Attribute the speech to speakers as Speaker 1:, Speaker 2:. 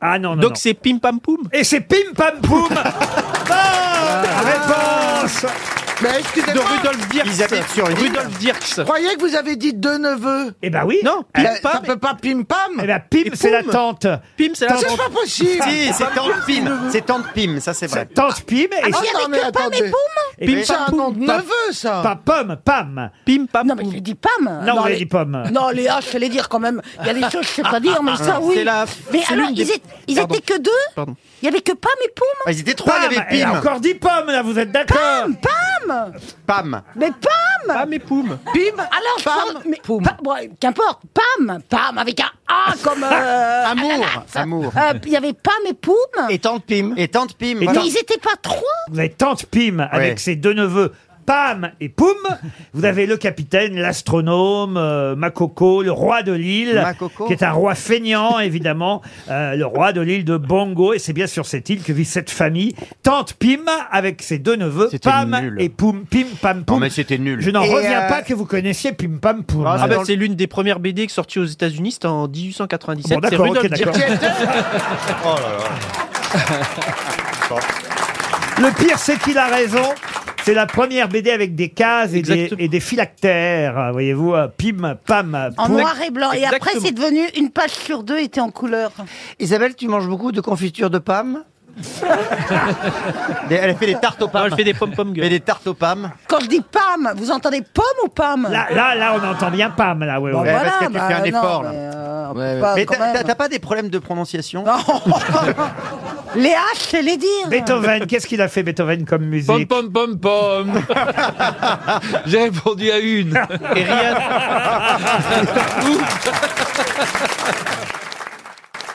Speaker 1: Ah non, non.
Speaker 2: Donc c'est pim pam poum
Speaker 1: Et c'est pim pam poum Bonne réponse
Speaker 3: Mais excusez-moi,
Speaker 2: de Rudolf Dirks.
Speaker 4: Ils habitent sur une île.
Speaker 2: Rudolf Dirks.
Speaker 3: je croyez que vous avez dit deux neveux
Speaker 1: Eh ben oui
Speaker 2: Non,
Speaker 1: Eh
Speaker 2: pim
Speaker 3: Euh, Ça
Speaker 2: pam.
Speaker 3: peut pas pim-pam
Speaker 1: eh ben pim,
Speaker 2: Et
Speaker 1: c'est la
Speaker 2: poum.
Speaker 1: tante.
Speaker 2: Pim, c'est la
Speaker 3: C'est pas possible
Speaker 4: Si, c'est Tante Pim. C'est Tante Pim, ça c'est vrai.
Speaker 1: Tante pim et
Speaker 3: Ah, non, mais attendez.
Speaker 1: et
Speaker 2: Pim,
Speaker 1: pim,
Speaker 3: C'est un
Speaker 2: Pam,
Speaker 3: nom de
Speaker 2: poum, pam.
Speaker 3: neveu, ça
Speaker 1: pam, pam, pam.
Speaker 2: Pim pam
Speaker 5: Non, mais
Speaker 2: poum.
Speaker 5: j'ai dit pam.
Speaker 1: Non, on a
Speaker 5: les...
Speaker 1: dit pomme.
Speaker 5: Non, les H, je vais les dire quand même. Il y a des choses que je sais
Speaker 2: Ah,
Speaker 5: pas dire, mais ça, oui.
Speaker 2: C'est la-
Speaker 5: Mais
Speaker 2: c'est
Speaker 5: alors,
Speaker 2: l'une
Speaker 5: ils,
Speaker 2: des-
Speaker 5: étaient, ils
Speaker 2: Pardon.
Speaker 5: étaient que deux
Speaker 2: Pardon.
Speaker 5: Il y avait que pam et poum
Speaker 4: Ah, Ils étaient trois, il y
Speaker 1: Pam,
Speaker 4: avait
Speaker 1: elle a
Speaker 4: Pim.
Speaker 1: encore dit pomme, là, vous êtes
Speaker 2: Ah.
Speaker 1: d'accord
Speaker 5: Pam, pam
Speaker 4: Pam.
Speaker 5: Mais pam
Speaker 2: Pam et poum. Ah,
Speaker 5: Pim Alors,
Speaker 3: Pam,
Speaker 5: mais,
Speaker 3: poum.
Speaker 5: pa- bon, euh, Qu'importe, pam Pam, avec un A comme... euh,
Speaker 4: Amour,
Speaker 5: ananas.
Speaker 4: amour.
Speaker 5: Euh, Il y avait pam et poum,
Speaker 2: Et tante Pim.
Speaker 4: Et Tante Pim.
Speaker 5: mais
Speaker 4: voilà.
Speaker 5: ils étaient pas trois
Speaker 1: Vous avez Tante Pim avec
Speaker 4: Ouais.
Speaker 1: ses deux neveux. Pam et Poum, vous avez le capitaine, l'astronome, euh, Makoko, le roi de l'île,
Speaker 4: Makoko.
Speaker 1: qui est un roi feignant évidemment, euh, le roi de l'île de Bongo, et c'est bien sur cette île que vit cette famille. Tante Pim avec ses deux neveux,
Speaker 4: C'était
Speaker 1: Pam
Speaker 4: nul.
Speaker 1: et Poum, Pim Pam
Speaker 4: Non
Speaker 1: Poum.
Speaker 4: mais c'était nul.
Speaker 1: Je n'en
Speaker 3: Et,
Speaker 1: reviens
Speaker 3: euh,
Speaker 1: pas que vous connaissiez Pim Pam Poum. ben,
Speaker 2: Ah,
Speaker 4: c'est
Speaker 2: bah,
Speaker 4: dans le-
Speaker 2: c'est l'une des premières BD sorties aux États-Unis, c'était en 1897.
Speaker 1: Ah Bon,
Speaker 2: c'est
Speaker 1: d'accord, ok,
Speaker 2: Rudolf Dirks.
Speaker 1: d'accord.
Speaker 4: Oh là là.
Speaker 1: Le pire, c'est qu'il a raison. C'est la première BD avec des cases et des,
Speaker 2: Exactement.
Speaker 1: et des phylactères, voyez-vous, euh, Pim Pam
Speaker 5: En
Speaker 1: Poum.
Speaker 5: noir et blanc. Et après,
Speaker 2: Exactement.
Speaker 5: c'est devenu une page sur deux était en couleur.
Speaker 4: Isabelle, tu manges beaucoup de confiture de Pam Des- Elle fait des tartes aux
Speaker 2: Non,
Speaker 4: pommes.
Speaker 2: elle fait des pom pom
Speaker 4: Elle fait
Speaker 2: girls.
Speaker 4: des tartes aux pommes.
Speaker 5: Quand je dis pam, vous entendez pomme ou pam
Speaker 1: Là, là, là, on entend bien Pam, là, ouais,
Speaker 5: Bon, bah.
Speaker 1: ouais.
Speaker 4: Ouais, parce que tu fais un
Speaker 5: non,
Speaker 4: effort, là.
Speaker 5: mais, euh, on peut
Speaker 4: Ouais, ouais.
Speaker 5: pas,
Speaker 4: Mais
Speaker 5: quand
Speaker 4: t'as
Speaker 5: même.
Speaker 4: t'as- t'as pas des problèmes de prononciation
Speaker 5: Non. les H, c'est les dire.
Speaker 1: Beethoven, qu'est-ce qu'il a fait Beethoven comme
Speaker 6: Pom
Speaker 1: musique
Speaker 6: pom pom pom. J'ai répondu à une.
Speaker 2: Et rien.